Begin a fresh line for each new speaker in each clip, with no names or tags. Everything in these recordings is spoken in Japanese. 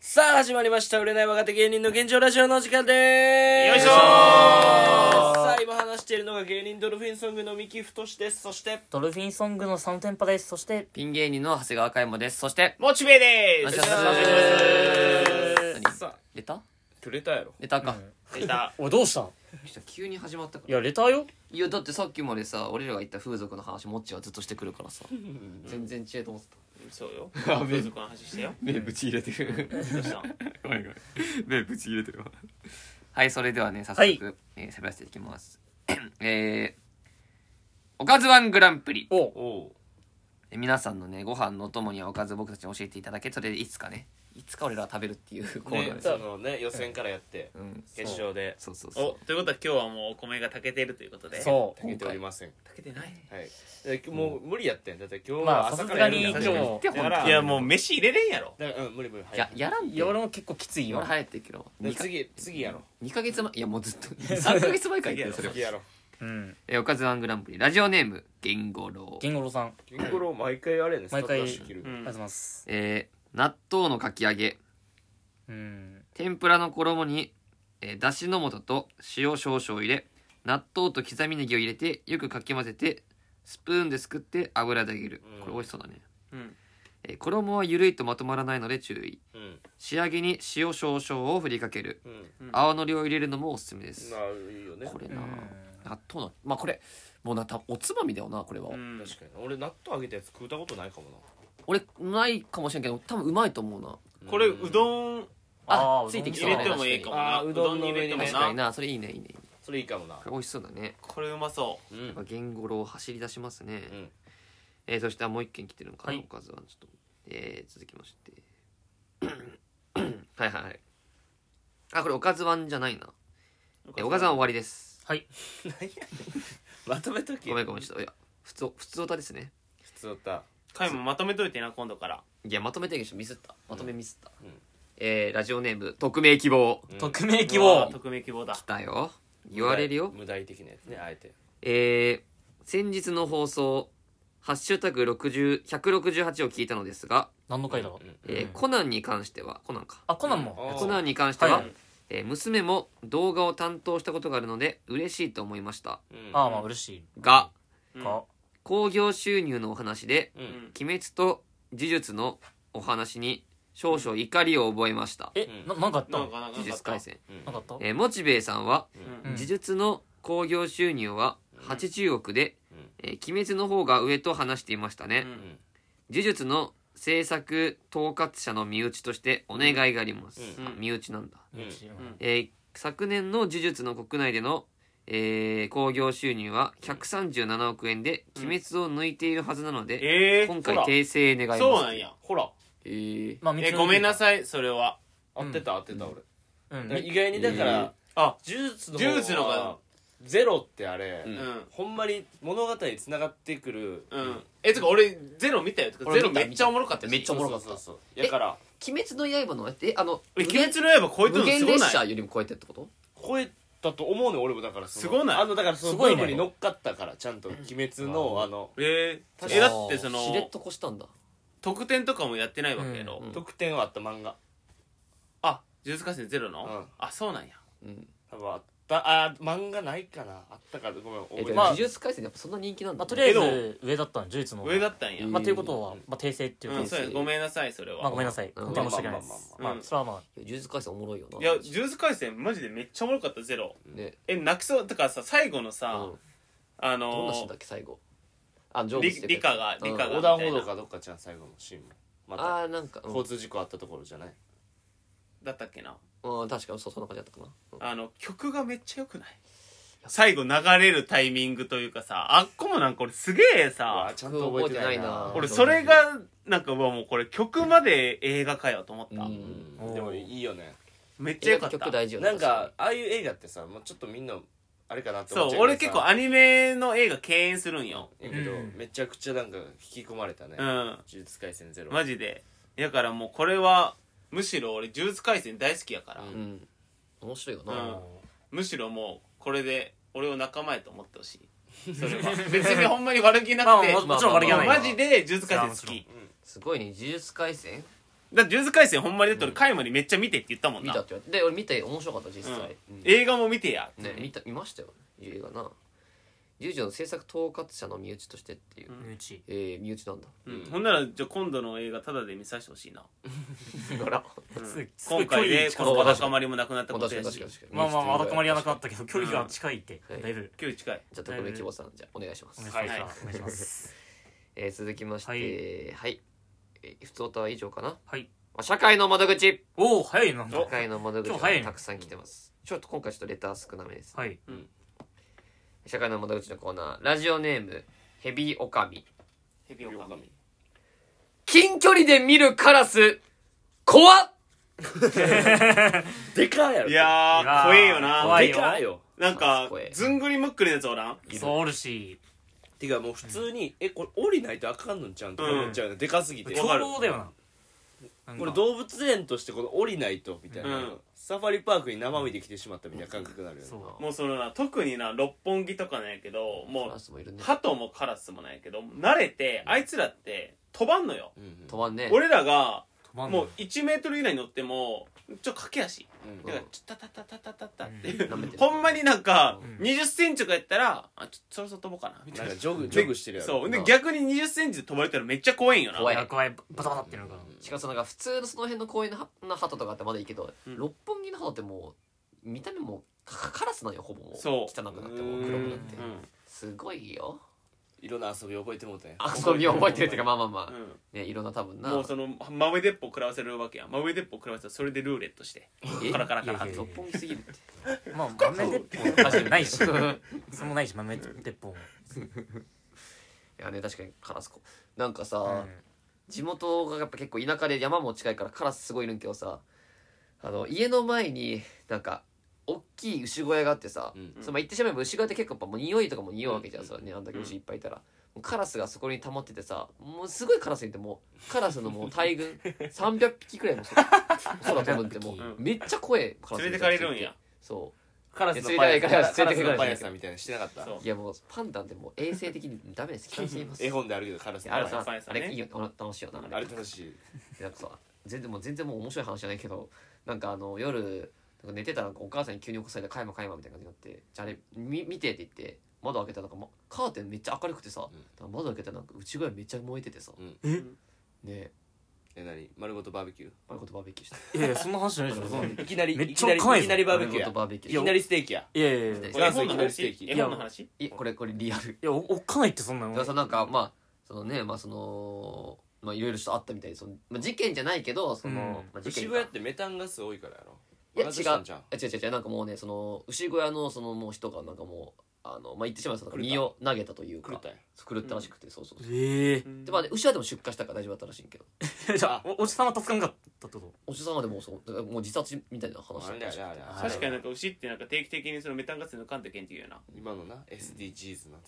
さあ始まりました売れない若手芸人の現状ラジオの時間でーす
よいしょー
さあ今話しているのが芸人ドルフィンソングの三木太志ですそして
ドルフィンソングのサムテンパです。そして、
ピン芸人の長谷川嘉山です。そして、
モチベで
お
す
願いします
何
さあ
レタ
くれたやろ
レタか。
出た
おい、どうした
急に始まったか
い
ら。
や、レターよ。
いや、だってさっきまでさ、俺らが言った風俗の話、もっちはずっとしてくるからさ。全然違えと思ってた。
そう よ風俗の話してよ
目ぶち入れてる。
どうしたの
ごめんごめん。目ぶち入れてるわ。はい、それではね、早速、
はい
えー喋らせていきます。 えー、おかずワングランプリ。
おう
おう
え皆さんのね、ご飯のお供にはおかず僕たちに教えていただけ、それでいつかね、いつか俺らは食べるっていうコーナー
ね
です
そ
よ。
のね予選からやって
うん。
決勝で
そうそうそう
お。ということは今日はもうお米が炊けてるということで
そ
かけておりません
炊けてない
はいえもう無理やってんだって今
う。
日
ま
は
あ、
朝
さす
から
が
やるん
に
だか
今
ら
や
日、
ってよ
い
本当に
いやもう飯入れれんやろ
だからうん無理無理はい
や、やらん
や
よ。
俺も結構きつい
今
よ。
早いって言うけど
で
2か
次次やろ
二ヶ月前いやもうずっ と3ヶ月前から言ってるそれ
次や
は
ろ
うん。
えおかずワングランプリラジオネームゲンゴロウ
ゲンゴロウさん、あり
銀五郎毎回あれやねスター
毎
ト
回
ダッシュ切る
う
がとうんございます。
えー納豆のかき揚げ
うん。
天ぷらの衣に、えーだしの素と塩少々入れ納豆と刻みネギを入れてよくかき混ぜてスプーンですくって油で揚げる
うん
これ美味しそうだね、
うん
えー衣はゆるいとまとまらないので注意
うん
仕上げに塩少々を振りかける
うん
うん
青のりを入れるのもおすすめです
なあいいよね
これな、
うん
納豆のまあこれもうなたおつまみだよなこれは、
うん
確かに俺納豆揚げたやつ食うたことないかも
俺ないかもしれんけど多分うまいと思うな
な
これうどん
あ
あー
ついてきそう
入
だ
れ
ね
てもいいかも
あ
な
ーう
う
ど
ど
ん
ん
の
に入れても
確かに
な
なそれいいねいいねいいね
それいいかもな
これ美味しそうだね
これうまそう
やっ
ん
ぱ言語郎走り出しますね、
うん
えーそしてあもう一件来てるのかな、
はい
おかずはちょっと、えー続きまして はいはいはいあこれおかずワンじゃないな
う
えおかずワン終わりです
はい。
まとめとき
ごめんごめんちょっといや普通普通歌ですね
普通だった
回もまとめといてな今度から
いやまとめてるけどミスったまとめミスった、
うん
えーラジオネーム匿名希望
匿名希
うわ
望
ー。匿名希望だ
だよ言われるよ
無題的なやつねあえて
えー先日の放送「ハッシュタグ #60 168」を聞いたのですが、
何の回だ
うん
えー
うん
コナンに関してはコナンか
あ、コナンも。
あー
コナンに関しては、
はい
えー娘も動画を担当したことがあるので嬉しいと思いました
うん
あー、まあ、嬉し
が
いか。
興行収入のお話で
うん
「鬼滅」と「呪術」のお話に少々怒りを覚えました
え
うん、
な、なんかあった
な
なん
んかなん
「
か
呪術廻戦
うん」
かあった
えーモチベイさんは
う
うん
ん
うん
呪術の興行収入は80億で、
うん
えー鬼滅の方が上と話していましたね、
うん
うん
呪術の制作統括者の身内としてお願いがあります、
うん
あ身内なんだ、
うん
うん
えー昨年の呪術の国内でのえー興行、収入は137億円で
うん
鬼滅を抜いているはずなので、
えー
今回
ほら
訂正願います
そうなんや
ほら
えー
まあ、
えごめんな
いう。
さいそれは
合ってた合ってた俺
うん。
だから意外にだから
あ
呪術の
呪術の方
が
が
ゼロってあれ
うん
うん
ほんまに物語に繋がってくる
うんえつか俺ゼロ見たよてか
俺
ゼ
見た
ロめっちゃおもろかったし
めっちゃおもろかった
そうそうそうだから
鬼滅の刃のえあの
え
無
鬼
限
滅の刃超えてる
無
のす
限
ご
列
な
車
い
よりも超えてってこと
超えたと思うね俺もだからその
すごない
あのだからその
す
ブ
ごい
ー
ね
ムに乗っかったからちゃんと鬼滅のあの
えー
確か
えだってそ
しれっ
の
と越したんだ
特典とかもやってないわけやろ
うんうん
特典はあった漫画
あ呪術廻戦ゼロの、
うん
あそうなんや
うん
多分あったあー漫画ないかなあったからごめん覚
え
え
で
て
も
ない
呪術廻戦やっぱそんな人気なんだ、
まあ、とりあえず、上だったの、呪術の。
上だったんや、
うん
まあ、ということは、まあ、訂正っていう
う
か
ん、そうやごめんなさいそれは、
まあ、ごめんなさい。
うん
本当に申し訳ないで
まあ
す。
まあまあまあ
まあ、それはまあ、
呪術廻戦おもろいよない
や呪術廻戦マジでめっちゃおもろかったゼロ
ね
え泣きそうだからさ最後の
う
さ、
ん
あ
どん
の
なシーンだっけ最後あ成
理
仏してくれた
理科が
うん
理科が
横断歩道かどっかじゃん最後のシーンもまた
ああなんかうん
交通事故あったところじゃない
だったっけな
うん確かにそうそんな感じだったかなうん
あの曲がめっちゃよくない最後流れるタイミングというかさあっこもなんか俺すげえ
うわ
さ
ちゃんと覚えてない
覚えて
な
ないな
俺それがなんかうわもうこれ曲まで映画かよと思った、
うん
うんでもいいよね
めっちゃよかった
曲大事よね
なんかああいう映画ってさもうちょっとみんなあれかなって思
そ
っ
う
ちゃ
俺結構
あ
アニメの映画敬遠するんよ
やけど
うん
めちゃくちゃなんか引き込まれたね
う
呪
ん
術廻戦ゼロ
マジでだからもうこれはむしろ俺呪術廻戦大好きやから、
うん
うん面白いよ
う
なん
むしろもうこれで俺を仲間やと思ってほしいそれは別にほんまに悪気なくて
まあももちろ
ま
ん
あ
悪気はない
まあ
マジで呪術廻戦好き
うん
すごいね呪術廻戦
だって、呪術廻戦ほんまに出とる回までめっちゃ見てって言ったもん
見
な。
たって言われてで俺見て面白かった実際、
う
うんん
映画も見てや。
ね見た見ましたよ映画な十条の制作統括者の身内としてっていう、
身内
えー、身内なんだ、
うんほんなら、じゃあ今度の映画タダで見させてほしいな。
あ ら
うん
すすごい
今回で、
距
こ
離
の
近い
高まりもなくなった
まあ
こと
確か
や
に確
し
か。に確かに
まあまあ
身
まあ
内とい
まあ高
う
まりはなくなったけど距離が近いって
はい
だいぶ
距離近い。
じゃあ特命希望さんじゃあお願いしま
お
す
願いし
は
ま
い
す
は
お願い
い
します
えー続きまして、は
はいい
えー、普通歌は以上かな、
はい
まあ、社会の窓口
おお早いな
お
社会の窓口
今日早
が
いね
たくさん来てますちょっと今回ちょっとレター少なめです、
はい
社会の窓口のコーナーラジオネームヘビオカミ
ヘビオカミ
近距離で見るカラス怖っ
でかいやろ
い
いや
や
ー、
ー
怖えよ
怖
な。
い
でかいよ
なんか
怖い、
ずんぐりむっくりのやつおらん
そうおるして
かもう普通にえこれ降りないとあかんのんちゃうんとか思っちゃうねでかすぎて
凶
わかる
暴だよななんか
これ動物園としてこの降りないとみたいな、
うん
サファリパークに生身で来てしまったみたいな感覚になるよね、
そ
もうそのな、特にな、六本木とかなんやけど、
カ
もう
ラ、スもいるね
鳩もカラスもなんやけど、慣れて、あいつらって飛ばんのよ。
うんうん
止まんね
俺らが、
う止まんの、
もう1メートル以内に乗っても、ちょ、駆け足。
うん
だから、ちょ、タタタタタタタっていう。
舐めてる
ほんまになんか
うん
20センチとかやったら、あ、ちょ、そろそろ飛ぼうかな、みた
ないん
な
か。ジョグジョグしてるやろ
そう。
う
で、
ん
逆に20センチで飛ばれたらめっちゃ怖いんよな。
怖い
いや怖いバタバタってなるから
しかもそのなんか普通のその辺の公園のはの鳩とかってまだいいけど、
うん
六本木の鳩ってもう見た目もカカラスなんよほぼもう
そう
汚くなってもう黒くなって
うん。
すごいよ
いろんな遊び覚えてもうたんや
遊びを覚えてるっていうかまあまあまあ、
うん
ねいろんな多分な
もうその真上鉄砲食らわせるわけやん真上鉄砲食らわせたらそれでルーレットして
え
カラカラカラカ
い
ラ
やい
と
六
や
本木すぎるって
まあ豆鉄砲味ないしそれもないし豆鉄砲も
いやね確かにカラスこなんかさ、
うん
地元がやっぱ結構田舎で山も近いからカラスすごいいるんけどさあの家の前になんか大きい牛小屋があってさ、
うん
そのまあ言ってしまえば牛小屋って結構やっぱもう匂いとかも匂うわけじゃん、
うん
それねあんだけ牛いっぱいいたら、もうカラスがそこに溜まっててさもうすごいカラスいてもうカラスのもう大 群300匹くらいの空空飛ぶんでもう
うん
めっちゃ怖いカラス
連れてかれるん
めちゃくちゃい
や
てそ
カラ
スのパン屋
カラス
カラス
の
の
パ
パ
ン
ン
屋
屋
さ
さ
ん
ん
みたいなしてなかった
そう
ういやもうパンダってもう衛生的にダメです危険すぎます
絵本であるけどカラスの
あ
パン
れ
屋さ
さ
ん
パン屋さ
あ
んね
れいいよあの楽しいよな
あれ楽しい
でなんかさ全然もう全然もう面白い話じゃないけどなんかあの夜なんか寝てたらお母さんに急に起こされて「買いま買いま」みたいな感じになって「じゃああれみ見て」って言って窓開けたらなんか、ま、カーテンめっちゃ明るくてさ、
う
だ
ん
から窓開けたらなんか内側めっちゃ燃えててさ、
うん
ねえ
え何丸ごとバーベキュ
あれことバーベ キューした
いやいやそんな話じゃないで しょそんない
ーいきなり
めっ
いき
ちゃ
なり
怖い
い
ぞ
きなりバーベキュー
丸ごとバ
や
ーベキュー
いきなりステーキや
やいやいや
い
い
や
絵本の話絵本の話
いやこれこれリアル
やおおっかないってそんな
だ
の
からさなんかまあそのねまあそのまあいろいろちょっとあったみたいでその、まあ、事件じゃないけどその、
うん
まあ、事件
渋
か
谷ってメタンガス多いからやろ
いや違う
爆発したんちゃん
あ違う違う違うなんかもうねその牛小屋のそのもう人がなんかもうあのまあ言ってしまえばその
狂った
身を投げたという
狂っ
か
たんや
狂ったらしくて、そうそうそう
ええ
でまあね牛はでも出荷したから大丈夫だったらしいんけど
じゃあおおじさんは助かんかったってこと
おじさんはでもそうだからもう自殺みたいな話だったらしくて
あれだよねあれ
確かになんか牛ってなんか定期的にそのメタンガスの缶って研究やな
今のな SDGs な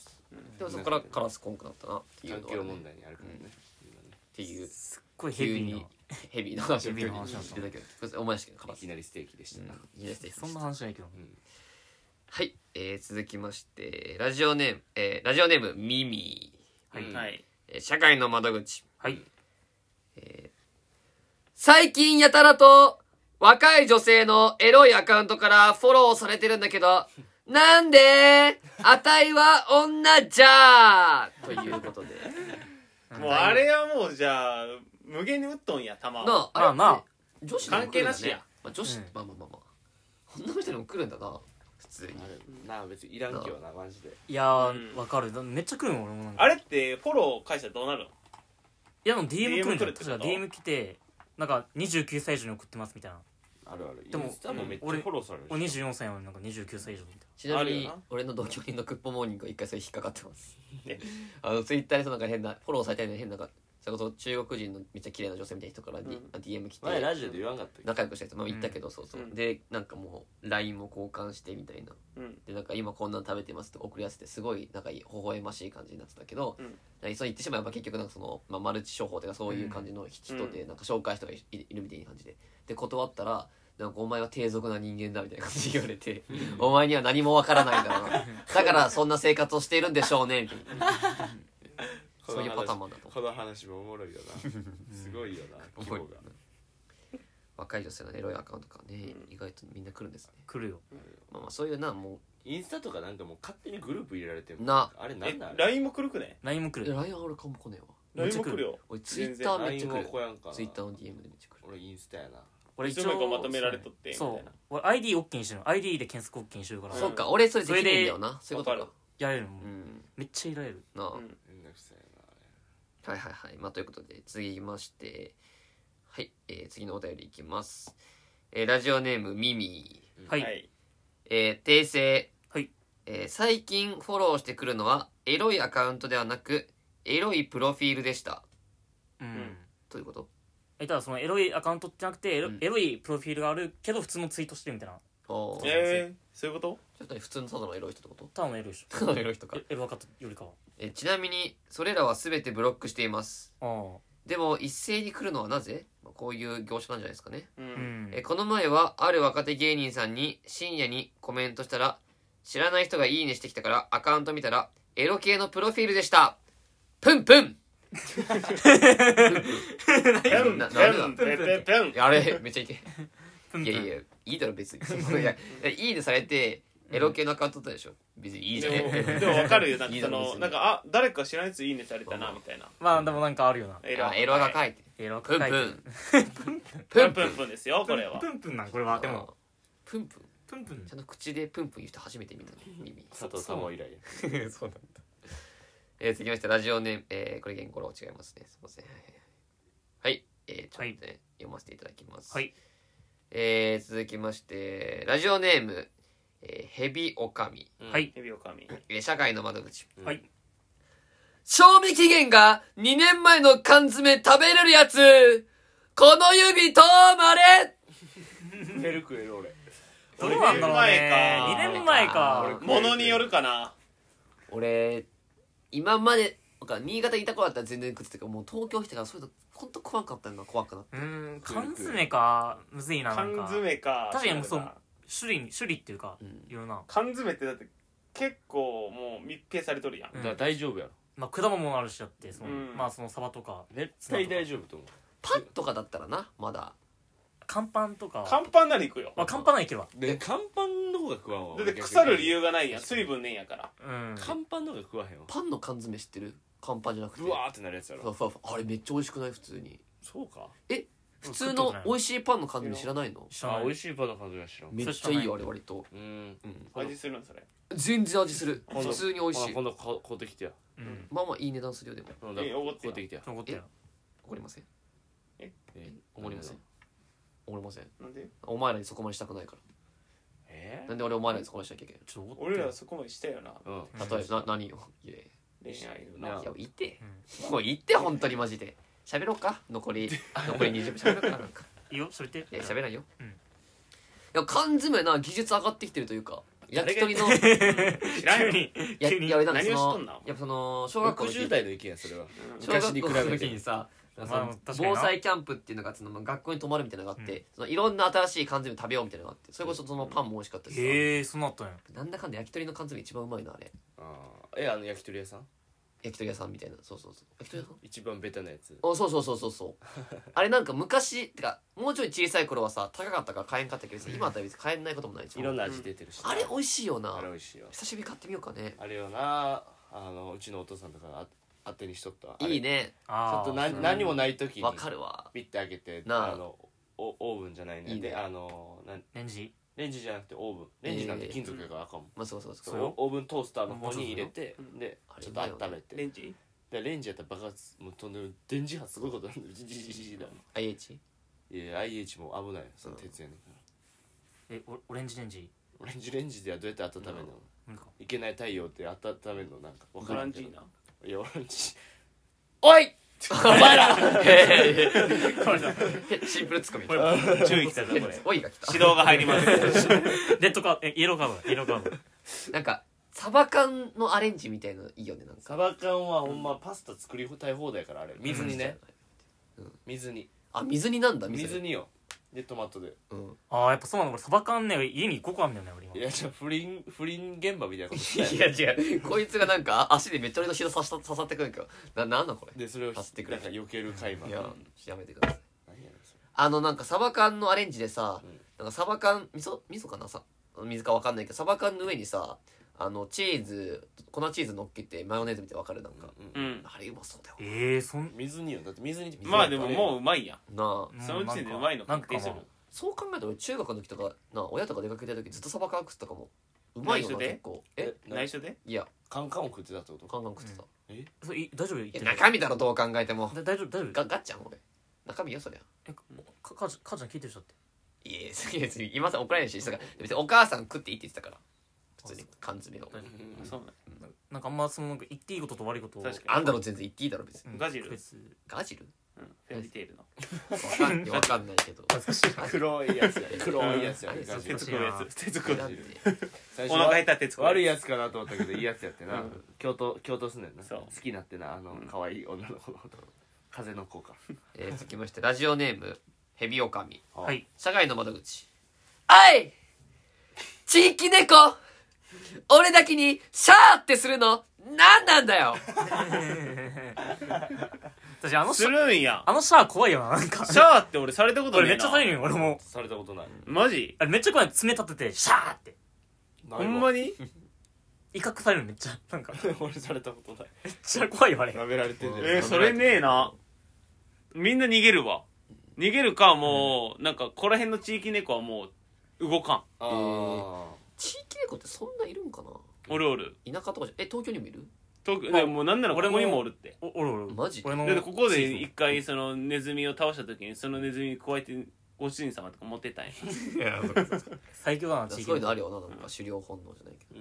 でもそこからカラスコンくなったなっていう
環
のは、
境
ね、っ
問題にあるからね今ね
ていう
すっごいヘ
急
ビー
に
な
ヘビーな話を
ヘビーな話
急
だ
に
っ
したてたけど思い出したけどカ
い
ラス
きなりステーキでし
う
た
ん
ない
いですね
そんな話じゃないけど
はい、えー、続きましてラジオネーム、えー、ラジオネームミミー
は
うん
い
はい
えー社会の窓口
はい
最近やたらと若い女性のエロいアカウントからフォローされてるんだけど、なんであたいは女じゃーということで。
もうあれはもうじゃあ無限に打っとんや球
なあ、あれ
まあまあ
女子でも来るんだね
関係なしや。
まあ、女子、
うん
まあまあまあまあ。女の人でも来るんだな、普通に。
あれなあ別にいらんけどなマジで
いやー、
うん
わかるだめっちゃ来るもん俺もなんか
あれってフォロー返したらどうなるの
いやでも DM 来るん
DM 来
だ
る
よ
って
確
こと
か DM 来てなんか29歳以上に送ってますみたいな
あるある
でも
インスタもめっちゃフォローされるし
俺24歳なのになんか29歳以上みた
ちなみ
ある
に
よな
俺の同居人のクッポモーニングが一回それ引っかかってます
え
あのツイッターでそのなんか変なフォローされたような変ななんかそれこそ中国人のめっちゃ綺麗な女性みたいな人から、D
うん
DM 来て
前ラジオで言わんかったっけ
仲良くしたやつまあ言ったけど、そうそう、
うん
でなんかもう LINE も交換してみたいな
うん
でなんか今こんなの食べてますとか送り合わせてすごいなんか微笑ましい感じになってたけど、
うん
なんかそう言ってしまえば結局なんかその、まあ、マルチ商法とかそういう感じの人で
う
なんか紹介した人がいいるみたいな感じでで断ったらなんかお前は低俗な人間だみたいな感じで言われてお前には何もわからないんだろうなだからそんな生活をしているんでしょうねみたいなそういうパターンもあるんだと
この話もおもろいよなすごいよな
思
規模
う
が
若い女性のエロいアカウントからね、意外とみんな来るんですね
来るよ
まあまあそういうなも
インスタとかなんかもう勝手にグループ入れられてる
な
あれな
え
んだあれ
LINE も来るくね
何も来
う
る
LINE 俺かも来ねえわ
LINE も来るよ
俺ツイ
全
ッ
然
ターめっちゃ来
LINE は
る
来やんか
ツイッターの DM でめっちゃ来る
俺インスタやな
俺
いつの間にかまとめられとってみたい
そう
な
俺 ID オッケーにしてるの ID で検索オッケーにしてるから
そっか俺それできねえんだよな
そ
そ
れ
ういう
で
ことか
わか
やれるも
うんん
めっちゃいられる
なあ、
うん
めんどくさいなあ
はい
れ
はいはい。まあ、ということで、次いきまして、はい、えー次のお便りいきます。えーラジオネーム、ミミー。
はい、
はい
えー訂正。
はい。
えー最近フォローしてくるのは、エロいアカウントではなく、エロいプロフィールでした。
うん
ん
ということ
えただそのエロいアカウントってなくてエロ,、
うん
エロいプロフィールがあるけど普通のツイートしてるみたいな
おー
えーそういうこと
ちょっとね普通のただのエロい人ってこと
ただのエロいでしょ
ただのエロい人か
エ。エロアカよりかは
えーちなみに、それらは全てブロックしています。
あ
でも、一斉に来るのはなぜ、まあこういう業種なんじゃないですかね。
う
あうんん
えーこの前はある若手芸人さんに深夜にコメントしたら知らない人がいいねしてきたからアカウント見たらエロ系のプロフィールでしたプンプ ン
ペン
な
ペ
なん
ンペンペンペン
いやあれめっちゃいけ
プン
い
プ
や
ン
いやいいだろ別にいやいやいいねされてエロ系のアカウント取ったでしょ別にいいじゃん
で もでもわかるよなん
い
か
い
そ
だろ別
の
に
なんかあ誰か知らんやついいねされたなみたいな
まあでもなんかあるよな
エ
あエロが書
い
いて
エロアカ
プ
書
ン
い
プ
てる
ン
プ
プ
ン
ン
プ
プ
ン
ン
プンですよこれは
プンプンなんこれはでも
プンプン
プンプン
ちゃんと口でプンプン言う人初めて見たね耳
佐藤さんも以来
そうなんだ。えー、続きまして、ラジオネーム、えー、これ原稿ロ違いますね。すいません。はいはい、はいえー、ちょっとね、読ませていただきます。
はい。
えー、続きまして、ラジオネーム、えー、ヘビオカミ、
うん
はい
ヘビオカミ
えー社会の窓口。
うん
はい
賞味期限が2年前の缶詰食べれるやつこの指とまれ
メルクエロ俺
どうなんだろうね
二
2
年
年前
俺
か
か
ものによるかな
俺、今まで、なんか新潟にいた頃だったら全然食ってたけど、もう東京来てからそういうの、ほんと怖かったんだ、怖くなった。
うーん缶詰かむずいななん
缶
か
詰か
確かにそう
だな
種類に種類っていうか
うん
いろんな
缶詰ってだって結構もう密閉されとるやん
う
だ
ん
から大丈夫やろ
まあ果物もあるしだってその
うん
まあそのサバとか
絶対大丈夫と思う
パッとかだったらな、まだ。
乾パンとか
乾パンなら行くよ
まあ乾パンはいけば
で乾パンの方が食わんわ
だって腐る理
由
由がないやん水分ねえんやから
うん
乾パンの方が食わへんわ
パンの缶詰知ってる乾パンじゃなくて
うわーってなるやつや
ふわ
ろ
ふわふわあれめっちゃ美味しくない普通に
そうか
普通
食ったこ
の
とない
美味しいパンの缶詰知らないの
知らな
あ
い
美味しいパンの数が知らんう
めっちゃいいよあれ割と、
ーん
うん、
味するんそれ
全然味する
ほんと
普通に美味し
あ
い
今度こ買うてきてや
うん
まあまあいい値段するよでも
うん
えおごっ
買
てや
うてきてや
残ってる
怒りません
え
怒りません怒りません
なんで
お前らにそこまでしたくないか
え
らなんで俺お前らにそこまでしなきゃいけない
ちょっと怒って
俺らはそこまでしたよな
うん
うん
例えばな何よいやい
恋愛の
い
や
や
ない
や言ってもう言って本当にマジで喋ろうか残り残り20分喋ろうかなんか
いいよそれって
いや喋らないよ、
うん
いや缶詰な技術上がってきてるというか焼き鳥の
知らん
急
よ
に
や
急に
いや俺なんかそ
何をし
の
とんな
やっぱその小学校の時
60代の意見やそれは
小学校
昔に比べて
の時にさそ
あ
の
確かにな
防災キャンプっていうのがあってその学校に泊まるみたいなのがあって、そのいろんな新しい缶詰食べようみたいなのがあってそれこそそのパンも美味しかったしさ、
へえそうなったんや
なんだかんだ焼き鳥の缶詰一番うまいなあれ
あーえあの焼き鳥屋さん
焼き鳥屋さんみたいなそうそうそう焼き鳥屋さん
一番ベタなやつ
おそうそうそうそうそうあれなんか昔てかもうちょい小さい頃はさ高かったから買えんかったけど別に今だったら別に買えないこともないじゃ
いろんな味出てるし
あれ美味しいよな
あれ美味しいよ
久しぶりに買ってみようかね
あれよなあのうちのお父さんとかあ当てにしとったあれ
いいね
ちょ
あ
っ
あ
とな
そう
何もない時に
わかるわ
ピッて開けて
なあ
あのおオーブンじゃないね
いいね
であのなん
レンジ
レンジじゃなくてオーブンレンジなんて金属やからあかんもん、
まあそうそうそう
そうよ
オーブントースターの方に入れて
うん
で
あれ
ちょ
う
っ
まいよね
と温めて、
レンジ
でレンジやったら爆発もうとんでもない電磁波すごいことになるジジジジジだ
IH?
いや IH も危ないよその鉄やねんから、
えおオレンジレンジ
オレンジレンジではどうやって温めるの、
無理か
いけない太陽って温めるのなんか分
オ
か
ラ
らん
ン
け
ジ
ど
ーナ
いやオレンジ
おいお前らシンプルツッコミ
これ注意きたぞこれ
おいが来
指導が入ります
レッドカードえイエローカードイエローカード
たなんかサバ缶のアレンジみたいのいいよねなんか
サバ缶はほんまパスタ作りたい放題からあれ水にね、水に
あ水になんだ
水
水に
によでトマトで
うん
ああやっぱそうなの俺サバ缶ね家に5個あんだよね俺今
いやじゃあ不倫不倫現場みたいなことし
い
たい
や違うこいつがなんか足でめっちゃ俺の膝刺した刺さってくるんだけどななんなんこれ
でそれを
買ってくれ
なんか避ける会話
い
何や
ややめてください
ねんそれ
あのなんかサバ缶のアレンジでさ、なんかサバ缶味噌味噌かなさ水かわかんないけどサバ缶の上にさあのチーズ粉チーズ乗っけてマヨネーズみたいなわかるなんか、
う
うん
ん。
あれうまそうだよ
ええそん
水によだって水に
まあでももううまいやん。
なあ
その時点でうまいの
なんか
確定してる
なんか
そう考えたら俺中学の時とかなあ親とか出かけてる時ずっとサバ缶食ってたかもうまいよな
内緒で
結構え
内緒で
いや
カンカンを食ってたってこと
カンカン食ってた、
そうい大丈夫言って
い
る
や中身だろどう考えても
だ大丈夫大丈夫
ガガッちゃん俺中身よそりゃ
えかかかちゃん聞いてる人って
いえすげえ別に今さ怒られるしだから別にお母さん食っていいって言ってたから普通に缶詰を
大丈
うんそうね
夫なんかあんまそのなんか言っていいことと悪いことを
確か
あんたの全然言っていいだろ別に
うん
ガジル
区別
ガジル
うんフェアリーテールの。
わかんいやわかんないけど
黒いや つや黒いやつや
うん
ガジル
鉄子のやつ。鉄子
なんで
最
お
初は
腹痛い鉄子。
悪いやつかなと思ったけどいいやつやってな、
うん
京都京都住んでんな
そう
好きになってなあの可愛い女の子のこと風の子か
えー続きましてラジオネームヘビオカミ
はい
社外の窓口あい地域猫俺だけにシャーってするの何なんだよ
私あのシ
す
ャ
るんや。
あのシャア怖いよななんか
シャワーって俺されたこと
俺め
ねえ
っ
な。
ちゃ怖いのよ俺も
されたことない
マジ
あれめっちゃ怖い爪立ててシャーって
な
ほ
いわ
んまに
威嚇されるのめっちゃなんか
俺されたことない
めっちゃ怖いよあれ
舐められてんじゃん
えー、それねえな。みんな逃げるわ。逃げるか、もう、なんか、ここら辺の地域猫はもう、動かん。
あー
地域猫ってそんないるんかな
おるおる。
田舎とかじゃえ東京にもいる
遠く、でももうなんならこ
俺も
こにもおるって。
おおるおる
マジ
俺の
だってここで一回、その、ネズミを倒した時に、そのネズミに加えて、ご主人様とか持ってったんや。
最強だな地域
そういうのあるよななんか狩猟本能じゃないけど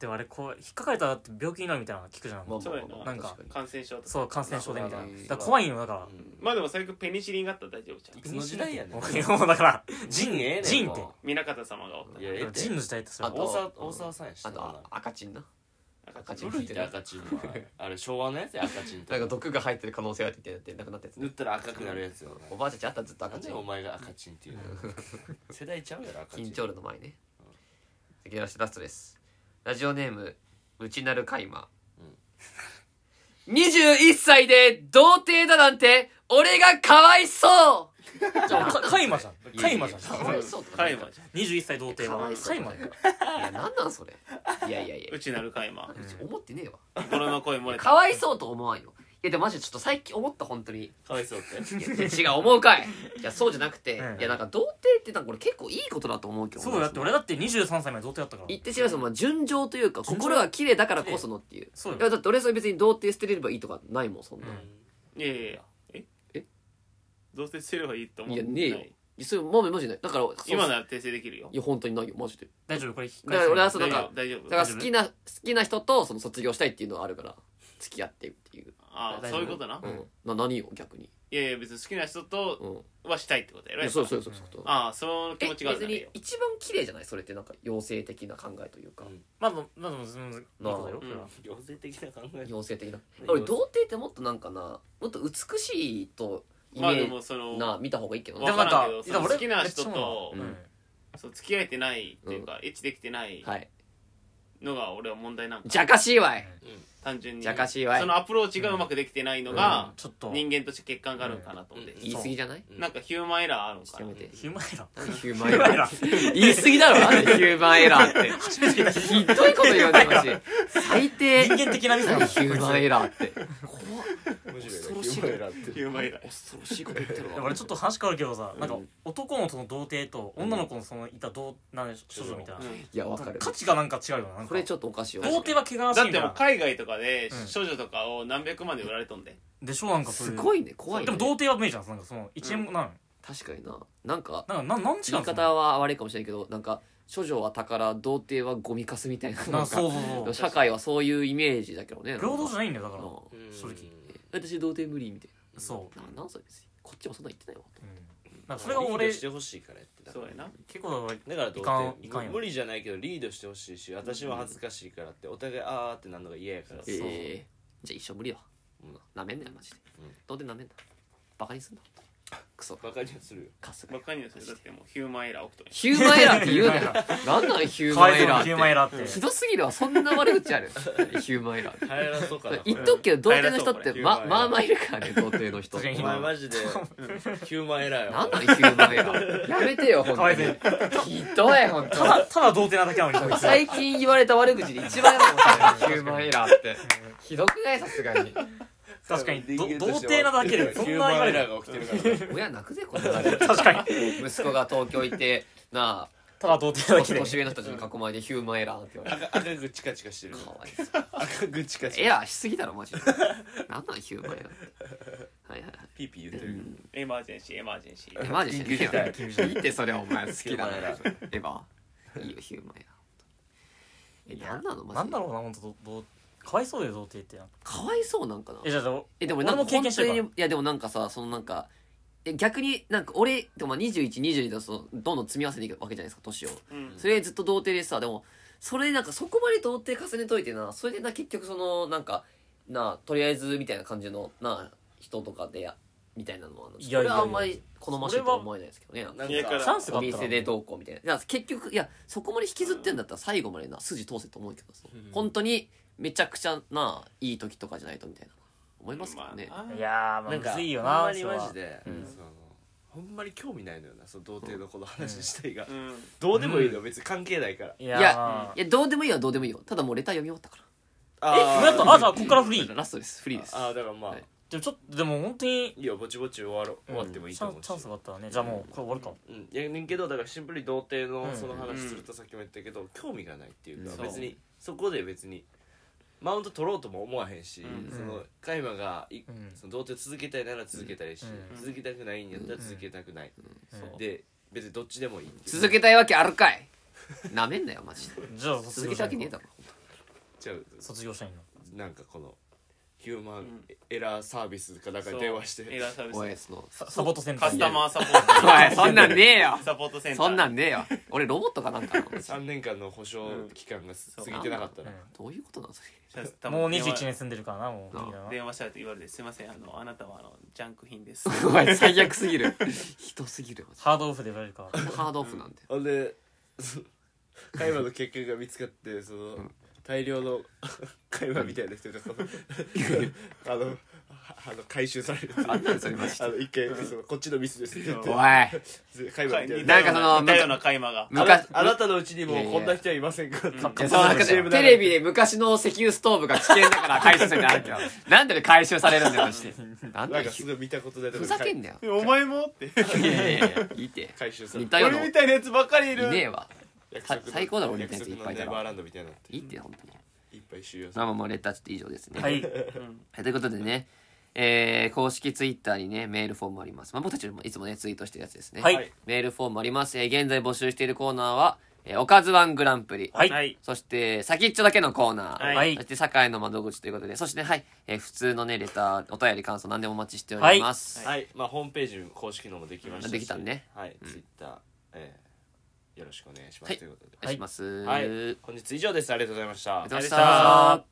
でもあれこう引っかかれたらって病気になるみたいなの聞くじゃん
まあ
そうやな
まあまあ
なんか
確に
感染症とか。
そう感染症でみたいな
まあまあ
だから怖いよだから
まあでも最悪ペニシリンがあったら大丈夫じゃん
い。つの時代やねん
いや もうだから
ジンええねん
ジン
も
っ
う
て
南方様がおった
いやええ
だから
って
ジンの時代ってそれ
あ
は
と
大沢大沢さんやし
あとあ赤チンな赤チン
ブルーって赤チンはあれ昭和のやつや赤チンって
なんか毒が入ってる可能性があるって言ってなくなったやつ
塗ったら赤くなるやつよ
おばあちゃんちあったずっと
な
赤
ん
チ
で
ン
お前が赤チンっていうの 世代ちゃうやろ赤チン
緊張るの前ね次のラストですラジオネーム内なるカイマ21歳で童貞だなんて俺がかわいそ
じゃあかカイマじゃんカイマじゃん
うかわいそうとか
カ
な
イ
いか
マじゃ
21歳童貞
かわ
はい
そう
カイマだ よ
いやなんなんそれいやいやい
ん。
や
うちなるカイマ。
思ってねえわ
心の声漏れ
か
た。
わいそうと思わんよいやでもマジでちょっと最近思った本当に
かわいそうって
いや違う思うかいいやそうじゃなくて、
うん
いやなんか童貞ってなんかこれ結構いいことだと思うけど
そうだって俺だって23歳まで童貞だったから
言ってしまうそのまあ純情というか
純情
心が綺麗だからこそのっていう
そうよ
いやだって俺それ別に童貞捨てれればいいとかないもんそんな、
うん
いやいやいや。え
え
どうせすればいいと思。
いうやねえよそれマジマジないだから
今な
ない
ら訂正できるよ
い。や本当にないよマジで
大丈夫これ引っ
だから俺はその
大
なん
丈
か
夫。大丈夫
だから好きな好きな人とその卒業したいっていうのはあるから付き合ってっていう、
ああ
大丈夫
そういうことな、
う
い
ん、な何よ逆に
やいや別に好きな人
う
と
ん
はしたいってことやろ
いや
やっぱ
そうそうそうそうそう
ああその気
え
持ちがある
別
ならいい
に
よ
一番綺麗じゃないそれってなんか妖精的な考えというか、
うん
まあまあまあまあそのいいことだよ
う
そ
ん
れは
行政的な考え
妖精的な
うん
俺童貞ってもっとなんかなもっと美しいとイメ
まあで
ー
もそ
ジ
の
な見た方がいいけど
わ
ね
でも
か
なん
ら
か
んけど
でも俺
その好きな人
め
と
っちゃ思うわ
そう付き合えてないっていうか、エッチできてない
はい
のが俺は問題なんか
じゃかしいわい
単純に
じゃかしいわい
そのアプローチがうまくできてないの
うん
が、
ちょっと
人間として欠陥があるんかなと思って、
うん
言い過ぎじゃない
うん
なんかヒューマンエラーあるんか
せ
な
めて
ヒューマンエラー
何 ヒューマン
ヒ
エ
ューマン
ラ
エラ
ー
ー
言い過ぎだろなんでヒューマンエラーってひどいこと言うねマジ最低
人間的なミスなの
何ヒューマンエラーって
恐
ろしい
ヒューマンエラー
恐ろしいこと言ってる
いや
わ
俺ちょっと話変わるけどさ、なんか
うん
男の子の童貞と女の子のそのいた童なんでしょ処女みたいな、
うん
いやわかる
価値がなんか違うよななんか
これちょっとおかしいわ
童貞は汚らし
だ
い
っ
みた
て
い
もう
な
海外とかで
うん
少女とかを何百万で売られとんで、
でしょなんかそうい
す
う
ごいね怖い
で
ね
も童貞は無理じゃんなんかその一円もなん、
確かにななんか
なんかなんなん違うん
言い方は悪いかもしれないけどなんか処女は宝童貞はゴミかすみたいな
な
なんん
かそ
か
うそうそう
社会はそういうイメージだけどね
平等じゃ
い
ないんだよだから、
う
正直
私童貞無理みたい
そ
ななんなんそれ別にこっちもそんなん言ってないわ
う、うん、なんかそれが俺
し
結
てほしいからやって
そうやな
構だか
だ
ら
からどう
いかんいかんよ
無理じゃないけどリードしてほしいし私は恥ずかしいからってお互いあーってなるのが嫌やから
え
え
えじゃあ一生無理よなめんなよマジで
うん
童貞なめんなバカにすんなクソ
バカには するよ
カスが
バカにはするだってもうヒューマンエラー起きとる
ヒューマンエラーって言うな よなんなんヒュー
かわ
マンエ
いそうに
ラ
ヒュー
ー
マンエ
っ
ラー
て
って
ひどすぎるわそんな悪 口あるヒューマンエラーって
流行らそうかな
言っとくけど童貞の人っ
帰らそ
て
うこれ
ままあまあいるからね童貞の人
確か
お
に
前マジでヒューマンエラーよ
なんなんヒューマンエラーやめてよ本
かわ
当
いそう
に
に
ひどい本
た
当に
だただ童貞なだけなのにこいつ
最近言われた悪口で一番やばいもんねヒューマンエラーってひどくないさすがに
確かにど
人間と
童
して
貞なだ けでそん
ヒュー
な言
マン
われ
エラー
る
が起きてるから
親泣くぜこんなの
確かに
息子が東京行ってなあ
ただ童貞なだけで
年上の人たちに囲まれてヒューマンエラーって言われて
赤赤くチカチカしてる
かわいそう
赤くチカチ
エ
カ
ラーしすぎだろマジでなんなんヒューマンエラー ってはいはいはい
ピーピー言ってる
エマージェンシーエマージェンシ
エ
ー
マージェンシーだよいいってそれお前好きだな
ヒューマンエラ
エヴァいいよヒューマンエラーえなんなのマジで
なんだろうな本当どどかわいそうだよ童貞ってなんか
かわいそうなんかな
えじゃあじゃあ
えでもなんか
俺も経験してるから
本当にいやでもなんかさそのなんかえ逆になんか俺でも2122とそのどんどん積み合わせていくわけじゃないですか年を
うん
それずっと童貞でさでもそれなんかそこまで童貞重ねといてなそれでな結局そのなんかなあとりあえずみたいな感じのなあ人とかでやみたいなのはない
やいやい
それ
や
はあんまり好ましいとは思えないですけどねなんか
なん
家か
から
チャンスが
お
あった
店
ら
でどうこうみたいないや結局いやそこまで引きずってんだったら最後までな筋通せと思うけどその
うん
本当にめちゃくちゃないい時とかじゃないとみたいな思いますけどね、
あー
いやーまあ
なん
む
か
ずいよ
ほん
な
まに
それは
マジで、
うん
そのほんまに興味ないのよなその童貞のこの話自体が、
うん
どうでもいいのよ別に関係ないから、
いや
いや
まあ
いやどうでもいいよどうでもいいよただもうレター読み終わったから
あ
え
ー
やったあじゃあここからフリ
だから
ー
ラストですフリーです
あーだからまあ、
はい
い、
でもちょっとでも本当に
やぼちぼち終わろ終わってもいい
チ
と
ャ
思
ン
うし、
チャンスがあったらねじゃあもうこれ終わるか
うん、いやねんけどだからシンプルに童貞
う
の
ん
その話するとさっきも言ったけど、興味がないっていうか、
うん
別にそこで別にマウント取ろうとも思わへんし、
うん
そのカイマがい、
ん
その童貞続けたいなら続けたいし、
うん
続けたくないんやったら続けたくない、
うん
で別にどっちでもいいっていう
続けたいわけあるかいなめんなよマジで
じゃあ
続
卒業
けた
社
わけねえ
員
だ
の
ろ
ちゃう
卒業社員の
なんかこのヒューマンエラーサービスかなんかに電話して
エラーサービス
おいその
ササボットセンター
カスタマーサポ
お
ー
いそんなんねえよ
トサポートセンター
そんなんねえよ俺ロボットかなんかなの
3年間の保証期間が過ぎてなかったら
うん
どういうことなのそれ
もう21年住んでるからなもういいな
電話したらと言われてすいませんあのあなたはあのジャンク品で す
おい最悪すぎるひどすぎるマジ
ハードオフで言われるから
でハードオフなんで
ほんでそ海馬の血管が見つかってその大量の海馬みたいな 人がそのあのはあの回収されるっていう
あんなんそれマジで
あの一回そのこっちのミスですって言っ
お
て
い
海馬みたい な
なんかその
似たような会話が
あな
昔
あなたのうちにもこんな人はいませんかって
いやそのなんかテレビ
で
で昔の石油ストーブが危険だから回収されてあるけどなんで回収されるんだよマジでなん
な
だ
ん
よ
かすごい見たことないとこ
ふ
で
ざけんなよ
えお前もって
いやいやいやいいって
回収され
似
る
たような
俺みたいなやつばっかりい
い
る
ねえわ
約束の
最高だろ俺みたいなやついっ
約
ぱ
束
いいた
のネ
ら
バーランドみたいなのって
いいって本当に
いっぱい収容
ま
さ
あまあまあレターちょっと以上ですね
はい
はいということでね、えー公式ツイッターにね、メールフォームあります。まあ、僕たちもいつもね、ツイートしてるやつですね。
はい
はい
メールフォームあります。えー現在募集しているコーナーは、えーおかずワングランプリ。
はい
はい
そして、先っちょだけのコーナー。
はい
はい
そして、堺の窓口ということで、そしてね、はい、えー普通のね、レター、お便り、感想、何でもお待ちしております。
はい、まあホームページ公式のもできましたし
できたね
はい、ツイッター、えーよろしくお願いします、
はい
ということで
お願いします。
はい、本日以上ですありがとうございました
ありがとうございまし
ありがとうございました
た。